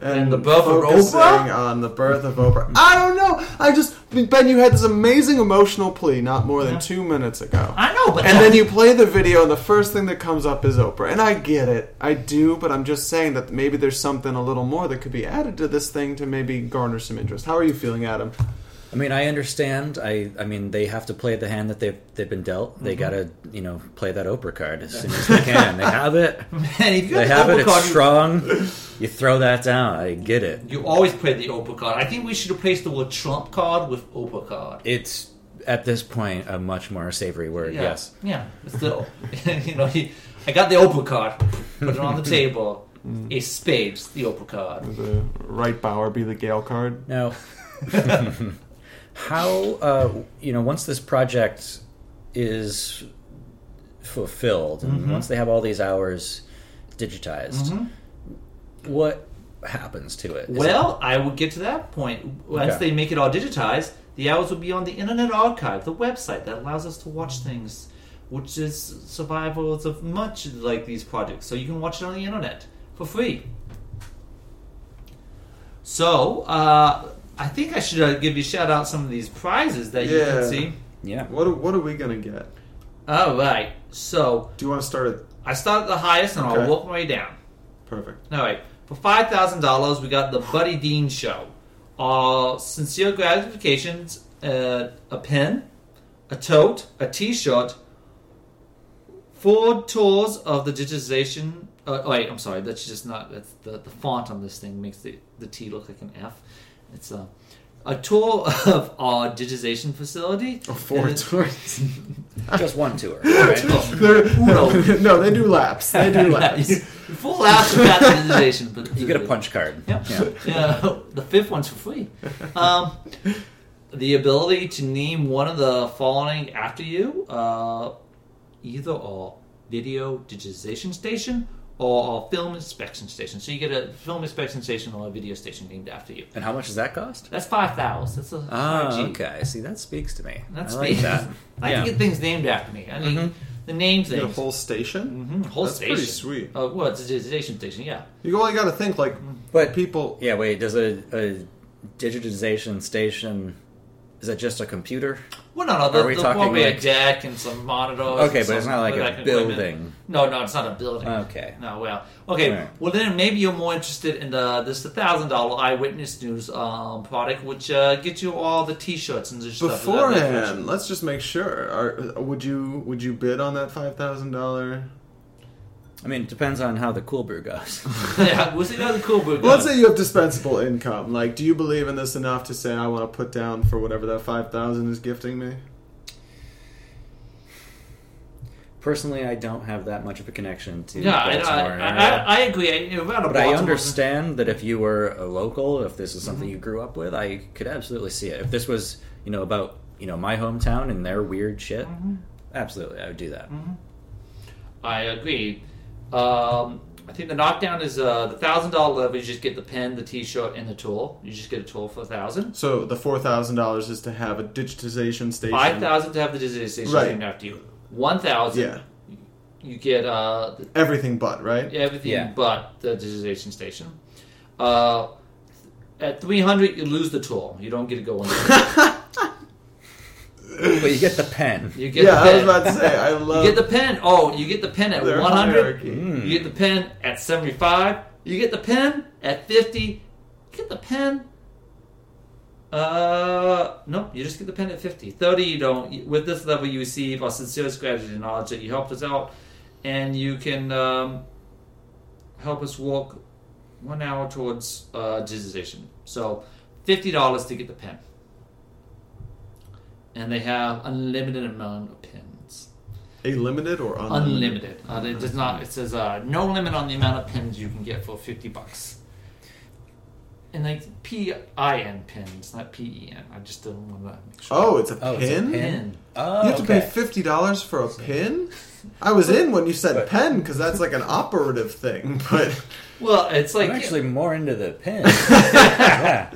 S1: And the birth of
S2: focusing
S1: Oprah? Hmm.
S2: on the birth of Oprah. I don't know. I just Ben, you had this amazing emotional plea not more than two minutes ago.
S1: I know, but
S2: and
S1: that- [laughs]
S2: then you play the video, and the first thing that comes up is Oprah. And I get it, I do, but I'm just saying that maybe there's something a little more that could be added to this thing to maybe garner some interest. How are you feeling, Adam?
S3: I mean, I understand. I, I mean, they have to play the hand that they've they've been dealt.
S1: Mm-hmm.
S3: They gotta, you know, play that Oprah card as soon as they can. they have it.
S1: Man, if [laughs] you
S3: They
S1: had the Oprah
S3: have it.
S1: card,
S3: It's
S1: you-
S3: strong. You throw that down. I get it.
S1: You always play the Oprah card. I think we should replace the word Trump card with Oprah card.
S3: It's at this point a much more savory word.
S1: Yeah.
S3: Yes.
S1: Yeah. It's the, [laughs] you know, he, I got the Oprah card. Put it on the table. A spades, the Oprah card.
S2: The right bower be the Gale card.
S3: Now, [laughs] how uh, you know once this project is fulfilled and once they have all these hours digitized, what happens to it? Is
S1: Well, I will get to that point. Once
S3: Okay.
S1: they make it all digitized, the hours will be on the Internet Archive, the website that allows us to watch things, which is survivals of much like these projects. So you can watch it on the internet for free. So, uh, I think I should uh, give you a shout out some of these prizes that you
S2: Yeah.
S1: can see.
S3: it,
S2: [laughs]
S3: yeah.
S2: What are, what are we gonna get?
S1: All right. So,
S2: Do you want to start at
S1: I start at the highest and
S2: Okay.
S1: I'll work my way down.
S2: perfect?
S1: All right. For five thousand dollars, we got the Buddy Dean Show. Uh, sincere gratifications: uh, a pen, a tote, a T-shirt, four tours of the digitization. Uh, oh, wait, I'm sorry. That's just not. That's the the font on this thing makes the the T look like an F. It's a a tour of our digitization facility.
S2: Oh, four
S1: And it- [laughs]
S2: tours.
S3: Just one tour. all right?
S2: They're- no,
S1: Uno.
S2: no, they do laps.
S1: [laughs]
S2: They do
S1: Yeah,
S2: laps.
S1: you- full laps about digitization, but
S3: You get a punch card.
S1: Yep.
S3: Yeah.
S1: [laughs] Yeah, the fifth one's for free. Um, the ability to name one of the following after you, uh, either our video digitization station or our film inspection station. So you get a film inspection station or a video station named after you.
S3: And how much does that cost?
S1: That's five thousand. That's a
S3: Ah,
S1: 5G.
S3: okay. See, that speaks to me.
S1: That's
S3: I like
S1: me.
S3: that.
S1: [laughs] I like
S3: Yeah.
S1: to get things named after me. I mean, the name
S2: You
S1: thing.
S2: get a whole station.
S1: Mhm, whole
S2: That's
S1: station.
S2: pretty sweet.
S1: Uh, well, it's a digitization station. Yeah.
S2: You only got to think like
S3: But
S2: people.
S3: Yeah. Wait. Does a, a digitization station? Is that just a computer?
S1: Well, no, no. The,
S3: Are we
S1: the,
S3: talking
S1: probably a
S3: like-
S1: deck and some monitors.
S3: Okay,
S1: and
S3: but it's
S1: Oh, some
S3: not like a
S1: back equipment.
S3: building.
S1: No, no, it's not a building.
S3: Okay.
S1: No, well, okay.
S3: All right.
S1: Well, then maybe you're more interested in the this the thousand dollar eyewitness news um, product, which uh, gets you all the T-shirts and just Stuff that
S2: Beforehand,
S1: information.
S2: let's just make sure. Are, would you would you bid on that five thousand dollar?
S3: I mean, it depends on how the cool brew goes.
S1: [laughs]
S3: [laughs]
S1: yeah, we'll see how the cool book.
S2: Let's
S1: goes.
S2: say you have dispensable income. Like, do you believe in this enough to say I want to put down for whatever that five thousand is gifting me?
S3: Personally, I don't have that much of a connection to
S1: Yeah, I, I,
S3: Baltimore.
S1: I, I agree. I, you know, around a
S3: but
S1: Baltimore-
S3: I
S1: Mm-hmm.
S3: understand that if you were a local, if this is something you grew up with, I could absolutely see it. If this was, you know, about you know my hometown and their weird shit,
S1: Mm-hmm.
S3: absolutely, I would do that.
S1: I agree. Um, I think the knockdown is uh, the thousand dollar level. You just get the pen, the T-shirt, and the tool. You just get a tool for a thousand.
S2: So the four thousand dollars is to have a digitization station.
S1: Five thousand to have the disease station
S2: Right.
S1: named after you. One thousand,
S2: Yeah,
S1: you get uh, the-
S2: everything but right.
S1: everything
S3: Yeah.
S1: but the digitization station. Uh, at three hundred, you lose the tool. You don't get to go in there.
S3: But you get the pen.
S1: You
S2: [laughs] Yeah,
S1: get the
S2: I was
S1: pen.
S2: about to say I
S1: you
S2: love
S1: get the [laughs] pen. Oh, you get the pen at
S2: their
S1: one hundred. Mm.
S2: hierarchy.
S1: You get the pen at seventy-five. You get the pen at fifty. You get the pen. Uh, no, you just get the pen at 50. 30, you don't. With this level, you receive our sincerest gratitude and knowledge that you helped us out, and you can um, help us walk one hour towards uh, digitization. So, $50 to get the pen. And they have unlimited amount of pins.
S2: A limited or unlimited?
S1: Unlimited. Uh, it does not. It says uh, no limit on the amount of pins you can get for fifty bucks. And like P I N pins, not P E N. I just didn't want to make sure. E
S2: Oh, it's a
S3: Oh,
S2: pin.
S3: it's a pin?
S1: Pin.
S3: Oh,
S2: You have
S3: okay.
S2: to pay fifty dollars for a pin. I was in when you said pen because that's like an operative thing. [laughs]
S3: [laughs]
S2: But
S1: Well, it's like [laughs]
S3: I'm actually more into the pen. yeah.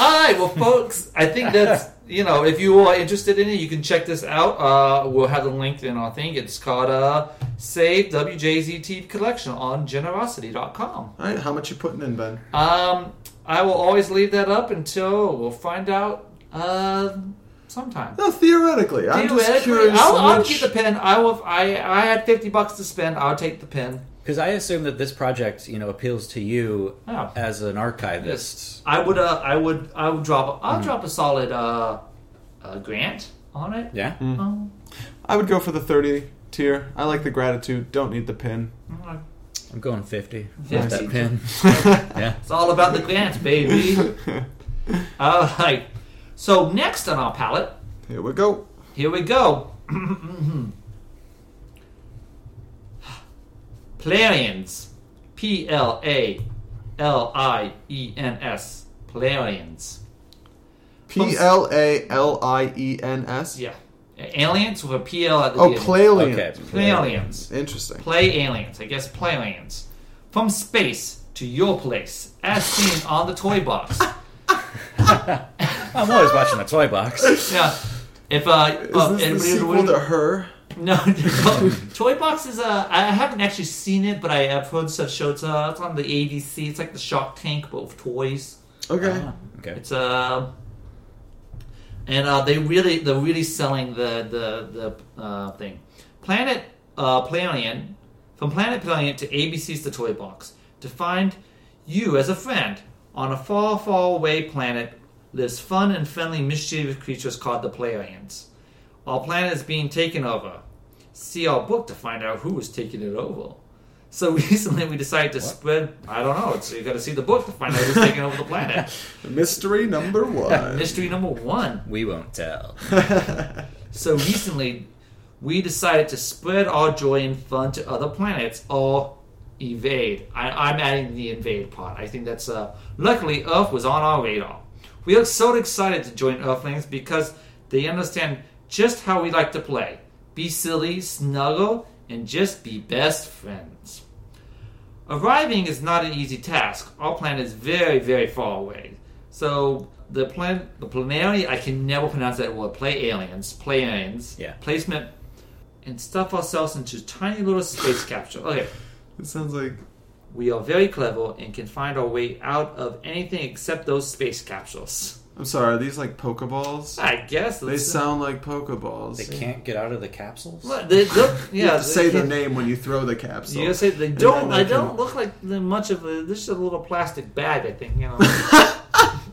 S1: all right. Well, folks, I think that's you know, if you are interested in it, you can check this out. Uh, we'll have the link in our thing. It's called uh, Save WJZT Collection on generosity.com.
S2: All right, how much you putting in, Ben?
S1: Um, I will always leave that up until we'll find out uh, sometime.
S2: No, theoretically, I'm just
S1: Theoretically,
S2: curious.
S1: I'll,
S2: how
S1: I'll
S2: much-
S1: keep the pen. I will. I I had fifty bucks to spend. I'll take the pen.
S3: Because I assume that this project, you know, appeals to you
S1: Oh.
S3: as an archivist.
S1: I would. Uh, I would. I would drop.
S2: Mm.
S1: I'll drop a solid uh, uh, grant on it.
S3: Yeah.
S1: Um,
S2: I would go for the thirty tier. I like the gratitude. Don't need the
S1: [laughs]
S2: pin.
S3: I'm going 50.
S1: Yeah.
S3: With that pin. yeah.
S1: It's all about the grants, baby. all right. So next on our palette,
S2: [laughs] Here we go.
S1: here we go. [clears throat] Plarians. P L A L I E N S. Plarians.
S2: P L A L I E N S.
S1: Yeah. Aliens with a PL at the
S2: Oh,
S1: beginning.
S2: Playlian.
S3: Okay.
S1: Play aliens.
S2: Interesting.
S1: Play aliens. I guess play aliens. From space to your place, as seen on the toy
S2: [laughs]
S1: box.
S3: I'm always watching the toy
S1: [laughs]
S3: box.
S1: Yeah. If uh, uh,
S2: Is this the
S1: anybody-
S2: sequel to her?
S1: no, [laughs] no. toy box is uh, I haven't actually seen it, but I have heard such shows. Uh, it's on the ABC. It's like the Shark Tank, but with toys.
S2: Okay.
S3: Ah, okay.
S1: It's uh, and uh, they really they're really selling the the the uh, thing. Planet uh, Plarian, from Planet Plarian to ABC's The Toy Box to find you as a friend on a far far away planet lives fun and friendly mischievous creatures called the Plarians. Our planet is being taken over. See our book to find out who is taking it over. So [laughs] recently we decided to spread. I don't know. It's, you got to see the book to find out who's taking over the planet.
S2: Mystery
S3: [laughs]
S2: number
S1: [laughs]
S2: one. [laughs]
S1: Mystery number one.
S3: We won't tell.
S1: So recently, we decided to spread our joy and fun to other planets or evade. I, I'm adding the invade part. I think that's uh. Luckily, Earth was on our radar. We are so excited to join Earthlings because they understand just how we like to play: be silly, snuggle, and just be best friends. Arriving is not an easy task. Our planet is very, very far away. So the plan, the planary, I can never pronounce that word. Play aliens, play aliens,
S3: Yeah.
S1: placement, and stuff ourselves into tiny little space capsule. Okay,
S2: It sounds like
S1: we are very clever and can find our way out of anything except those space capsules.
S2: I'm sorry. Are these like pokeballs?
S1: I guess
S2: They
S1: that's-
S2: sound like pokeballs.
S3: They can't get out of the capsules?
S1: Look, They look, yeah.
S2: [laughs] you have to
S1: they
S2: say their
S1: can-
S2: name when you throw the capsule.
S1: You gotta say they
S2: And
S1: don't.
S2: then
S1: They
S2: can-
S1: don't look like they're much of a. This is a little plastic bag. I think you
S2: [laughs]
S1: know.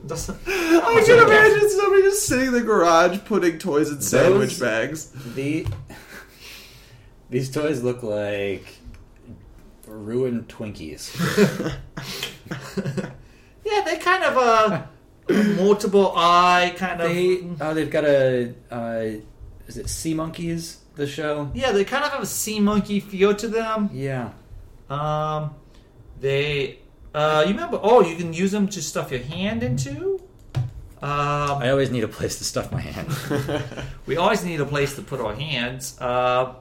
S1: Doesn't.
S2: [laughs] I
S1: [laughs]
S2: can imagine somebody just sitting in the garage putting toys in sandwich
S1: [laughs]
S3: Those-
S2: bags.
S3: The These toys look like ruined Twinkies.
S1: Yeah, they kind of
S3: [laughs]
S1: uh multiple eye kind of.
S3: They oh, they've got a uh, is it Sea Monkeys the show?
S1: yeah, they kind of have a sea monkey feel to them.
S3: Yeah.
S1: Um, they uh, you remember? Oh, you can use them to stuff your hand into. Um,
S3: I always need a place to stuff my hand.
S1: we always need a place to put our hands. Uh,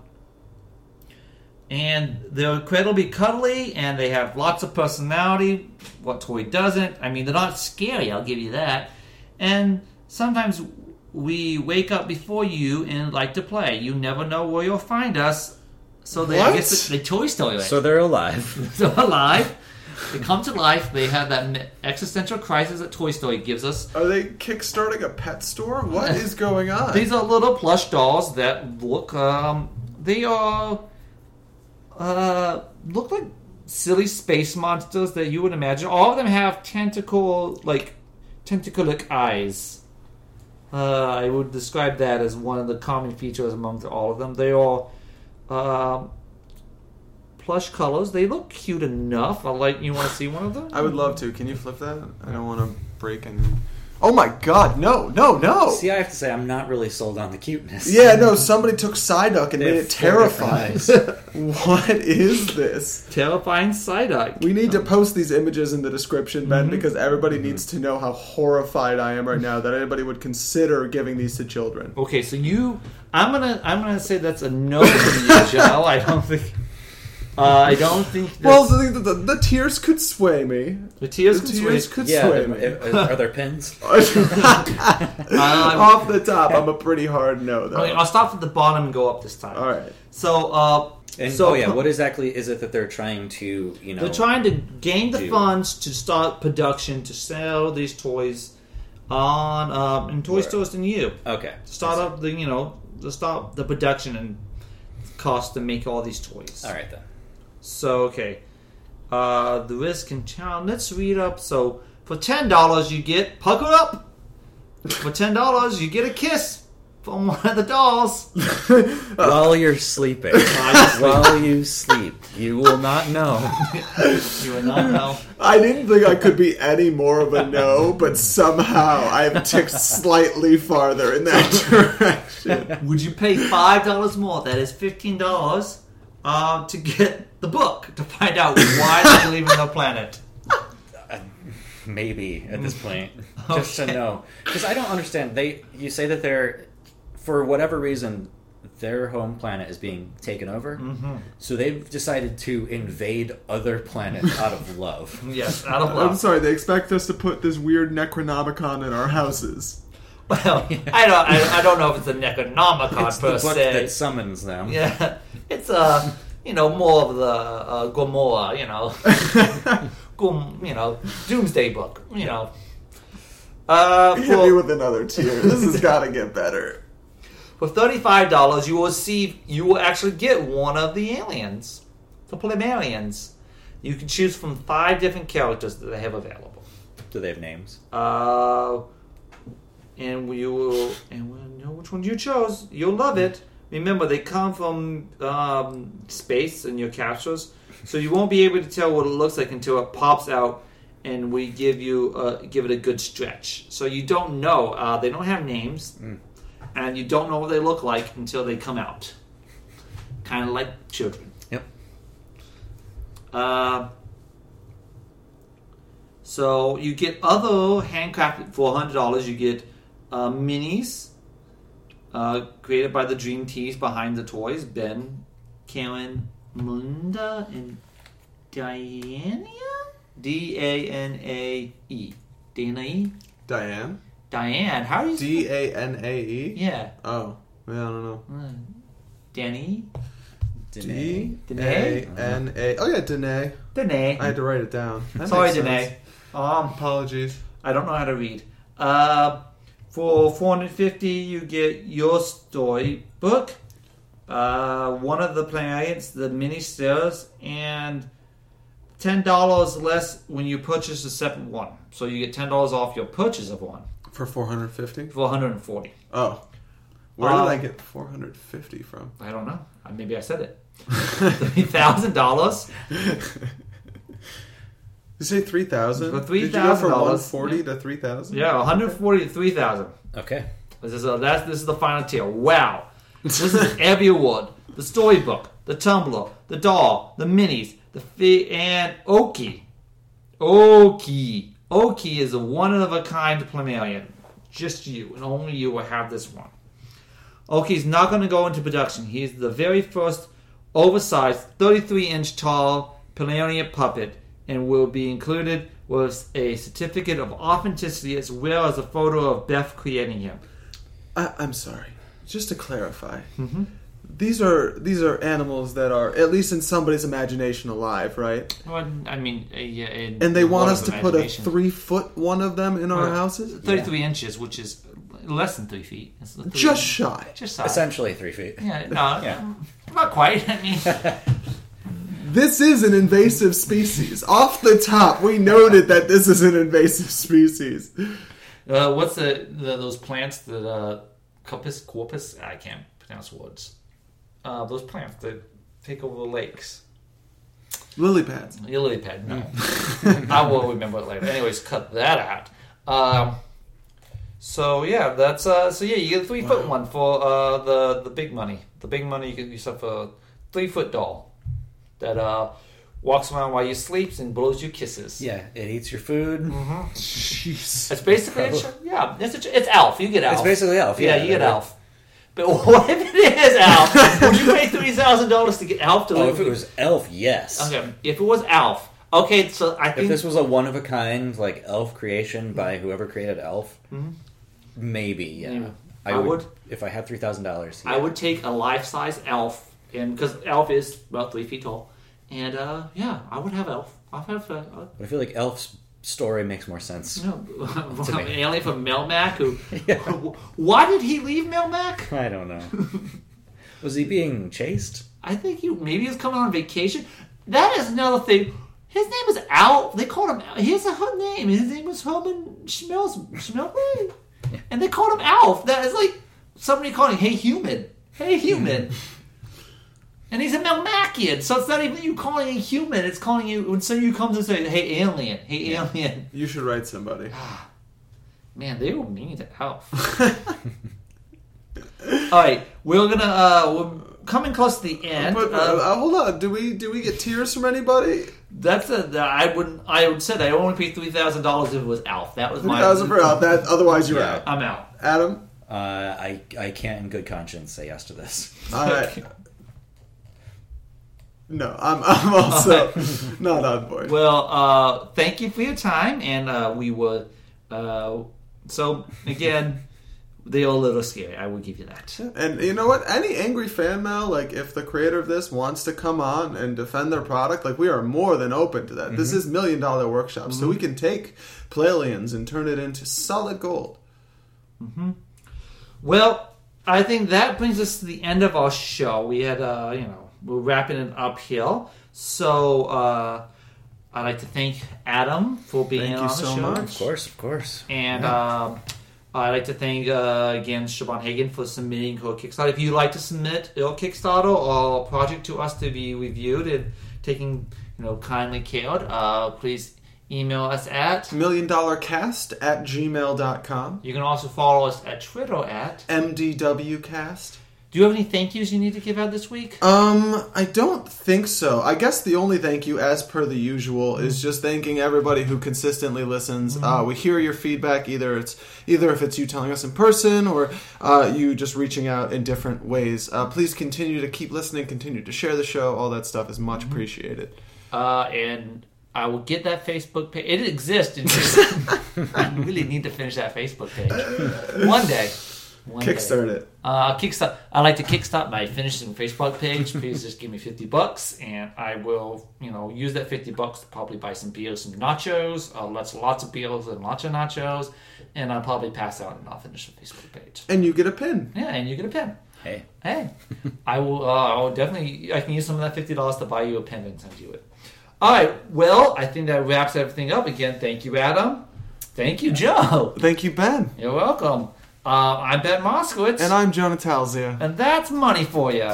S1: and they're incredibly cuddly, and they have lots of personality. What toy doesn't? I mean, they're not scary. I'll give you that. And sometimes we wake up before you and like to play. You never know where you'll find us. So they, I
S2: What?
S1: guess, they Toy Story. [laughs]
S3: so they're alive.
S1: They're alive. They come to life. They have that mi- existential crisis that Toy Story gives us.
S2: Are they kickstarting a pet store? What is going on?
S1: These are little plush dolls that look. Um, they are uh, look like silly space monsters that you would imagine. All of them have tentacle like tentacolic eyes. Uh, I would describe that as one of the common features among all of them. They are um, plush colors. They look cute enough. I like. You want to see one of them?
S2: I would love to. Can you flip that? I don't want to break any. Oh my god! No! No! No!
S3: See, I have to say I'm not really sold on the cuteness.
S2: Yeah, no. Somebody took Psyduck and
S3: They
S2: made
S3: have
S2: it
S3: four different
S2: terrifying.
S3: eyes. [laughs]
S2: [laughs] what is this?
S1: Terrifying Psyduck.
S2: We need to post these images in the description,
S5: Mm-hmm.
S2: Ben, because everybody needs to know how horrified I am right now that anybody would consider giving these to children.
S1: Okay,
S2: [laughs]
S1: so you, I'm gonna, I'm gonna say that's a no from you, Joe. I don't think.
S5: Uh, I don't think. That's,
S2: [laughs] Well, the, the, the, the tears could sway me.
S5: the tears
S2: the
S5: could
S2: tears
S5: sway-
S1: [laughs]
S2: could
S3: yeah,
S2: sway [laughs]
S3: am-
S2: me.
S3: am- are there pins?
S2: Off the top, I'm a pretty hard
S5: [laughs]
S2: no, though.
S1: Okay, I'll stop at the bottom and go up this time.
S2: All right.
S1: So, uh,
S3: And
S1: so
S3: oh yeah, what exactly is it that they're trying to you know?
S1: They're trying to gain the
S3: do.
S1: funds to start production to sell these toys on um, in Toy
S3: Right.
S1: Stores than you.
S3: Okay.
S1: Start up the you know to start the production and cost to make all these toys.
S3: All right then.
S1: So okay, uh, the risk in town. Let's read up. So for ten dollars you get pucker up. For ten dollars you get a kiss from one of the dolls.
S2: [laughs]
S1: Oh.
S3: While
S1: [laughs]
S3: you're sleeping, while you sleep, you will not know.
S1: You will not know.
S2: I didn't think I could be any more of a no, but somehow I have ticked slightly farther in [laughs] that direction.
S1: Would you pay five dollars more? That is fifteen dollars uh, to get the book to find out why they're leaving the planet.
S3: [laughs] Maybe at this point, just to
S1: Okay.
S3: know, because I don't understand. They you say that they're for whatever reason their home planet is being taken over,
S1: Mm-hmm.
S3: so they've decided to invade other planets out of
S1: [laughs]
S3: love.
S1: Yes, out of
S2: I'm
S1: love.
S2: sorry, they expect us to put this weird Necronomicon in our [laughs] houses.
S1: Well, I don't. I, I don't know if it's an Necronomicon
S3: It's the
S1: per
S3: book
S1: se.
S3: that summons them.
S1: Yeah, [laughs] it's uh, you know, more of the uh, Gomorrah, you
S2: [laughs]
S1: know, Gom, you know, Doomsday book, you know. Uh,
S2: Hit me
S1: for,
S2: with another tear. This has got to get better.
S1: for thirty-five dollars, you will see you will actually get one of the aliens, the Plemarians. You can choose from five different characters that they have available.
S3: Do they have names?
S1: Uh, and we will, and we'll know which one you chose. You'll love it. Remember, they come from um, space in your captures, so you won't be able to tell what it looks like until it pops out, and we give you uh, give it a good stretch. So you don't know. Uh, they don't have names, and you don't know what they look like until they come out. Kind of like children.
S3: Yep.
S1: Uh, so you get other handcrafted for hundred dollars. You get uh, minis uh, created by the dream teams behind the toys: Ben, Karen, Munda, and Diana. D A N A E. Dana E.
S2: Diane?
S1: Diane. How do you? spell-
S2: D A N A E?
S1: yeah.
S2: Oh, yeah, I don't know.
S1: Mm. Danny.
S2: D A
S1: Danae?
S2: N A. Oh, yeah, Danae.
S1: Danae.
S2: I had to write it down. That
S1: Sorry,
S2: makes sense.
S1: Danae. Um.
S2: Apologies.
S1: I don't know how to read. Uh, for 450, you get your storybook, uh, one of the planets, the mini stairs, and ten dollars less when you purchase a separate one. So you get ten dollars off your purchase of one
S2: For 450?
S1: for 140.
S2: Oh. Where
S1: Um,
S2: did I get 450 from?
S1: I don't know. Uh, Maybe I said it. [laughs] Three
S2: [laughs]
S1: thousand dollars.
S2: You say three thousand?
S1: For
S2: Did you go from
S1: $3,000?
S2: one forty to three thousand?
S1: Yeah, 140 to 3,000.
S3: Okay.
S1: This is a, that's this is the final tier. Wow, this is every award: the storybook, the tumbler, the doll, the minis, the fi- and Oki. Oki, Oki is a one of a kind Plemalion. Just you and only you will have this one. Oki's not going to go into production. He is the very first oversized, 33 inch tall Plemalion puppet and will be included with a certificate of authenticity as well as a photo of Beth creating him.
S2: I, I'm sorry. Just to clarify,
S1: Mm-hmm.
S2: these are these are animals that are at least in somebody's imagination alive, right?
S1: Well, I mean, uh, yeah, in
S2: And they
S1: the
S2: want
S1: world
S2: us
S1: of
S2: to put a
S1: imagination.
S2: three foot one of them in our
S1: Well,
S2: houses.
S1: 33 inches, which is less than three feet. It's three-
S2: Just shy.
S1: just size.
S3: Essentially three feet.
S1: yeah, no,
S3: [laughs] Yeah.
S1: [laughs] not quite. I
S3: [laughs]
S1: mean,
S2: This is an invasive species. Off the top, we noted that this is an invasive species.
S1: uh, what's the, the those plants that uh, corpus corpus? I can't pronounce words. Uh, those plants that take over the lakes.
S2: Lily pads.
S1: Your lily pad, no. [laughs]
S3: Mm.
S1: I will remember it later. Anyways, cut that out. Um, so yeah, that's uh, so yeah, you get a three foot one for uh, the the big money. The big money you get yourself a three foot doll that uh, walks around while you sleeps and blows you kisses.
S3: Yeah, it eats your food.
S2: Jeez.
S1: it's basically a, ch- yeah, it's a, ch- it's Alf. You get Alf.
S3: It's basically Elf.
S1: yeah,
S3: Yeah,
S1: you get
S3: they're-
S1: Alf. But [laughs] what if it is Alf? Would you pay three thousand dollars to get Alf to
S3: Oh,
S1: live?
S3: if it was Elf, yes.
S1: okay, if it was Alf, okay. So I
S3: If
S1: think
S3: this was a one of a kind, like Elf creation by whoever created Elf, Mm-hmm. maybe. Yeah.
S1: Yeah.
S3: I,
S1: I
S3: would,
S1: would-
S3: if I had three thousand dollars.
S1: I would take a life-size Alf, and because Alf is about three feet tall, and uh, yeah, I would have Alf. I would have. Uh, uh,
S3: But I feel like Elf's story makes more sense.
S1: you know, [laughs]
S3: To
S1: an
S3: me.
S1: alien from Melmac who.
S3: Yeah.
S1: Why did he leave Melmac?
S3: I don't [laughs] know. was he being chased?
S1: I think he maybe he was coming on vacation. That is another thing. His name is Al. They called him. Al. He has a hot name. His name was Herman Schmelz Schmelz, and they called him Alf. That is like somebody calling, "Hey human, hey human," and he's a Melmacian. So it's not even you calling a human. It's calling you when somebody comes and says, "Hey alien, hey alien."
S2: You should write somebody.
S1: Ah.
S2: [laughs]
S1: Man, they were mean to Alf. [laughs] All right, we're gonna uh, we're coming close to the end.
S2: But uh,
S1: Uh,
S2: uh, hold on, do we do we get tears from anybody?
S1: That's a, that I wouldn't. I would said I only pay three thousand dollars if it was Alf. That was my.
S2: Thousand for out that. Otherwise, you're out.
S1: I'm out.
S2: Adam.
S3: Uh, I I can't in good conscience say yes to this.
S2: All
S1: [laughs]
S2: right. No, I'm I'm also [laughs] not on board.
S1: Well, uh, thank you for your time, and uh, we were. Uh, so again, [laughs] they are a little scary. I will give you that.
S2: And you know what? Any angry fan mail, like if the creator of this wants to come on and defend their product, like we are more than open to that. This
S1: Mm-hmm.
S2: is million dollar workshop, so we can take Playalians and turn it into solid gold.
S1: Well, I think that brings us to the end of our show. We had, uh, you know, we're wrapping it up here. So uh, I'd like to thank Adam for being
S2: Thank you
S1: on the
S2: so
S1: show.
S2: much.
S3: Of course, of course.
S1: And um, I'd like to thank uh, again Siobhan Hagen for submitting her Kickstarter. If you'd like to submit your Kickstarter or project to us to be reviewed and taking you know kindly cared, uh, please email us at.
S2: Million dollar cast at gmail.com.
S1: You can also follow us at Twitter at.
S2: MDW cast.
S1: Do you have any thank yous you need to give out this week?
S2: Um, I don't think so. I guess the only thank you, as per the usual,
S1: Mm.
S2: is just thanking everybody who consistently listens. Uh, we hear your feedback either it's either if it's you telling us in person or uh, you just reaching out in different ways. Uh, please continue to keep listening, continue to share the show. All that stuff is much
S1: Mm-hmm.
S2: appreciated.
S1: Uh, and I will get that Facebook page. It exists. It [laughs] I really need to finish that Facebook page one day. One day.
S2: Kickstart it.
S1: Uh, kickstart. I like to kickstart my finishing Facebook page. Please just give me fifty bucks, and I will, you know, use that fifty bucks to probably buy some beers, some nachos. Uh, lots, lots of beers and lots of nachos, and I'll probably pass out and I'll finish the Facebook page.
S2: And you get a pin.
S1: Yeah, and you get a pen.
S3: Hey,
S1: Hey, I will. Uh, I will definitely. I can use some of that fifty dollars to buy you a pen and send you it. All right. Well, I think that wraps everything up. Again, thank you, Adam. Thank you, Joe.
S2: Thank you, Ben.
S1: You're welcome. Uh, I'm Ben Moskowitz.
S2: And I'm Jonah Talzia.
S1: And that's money for you.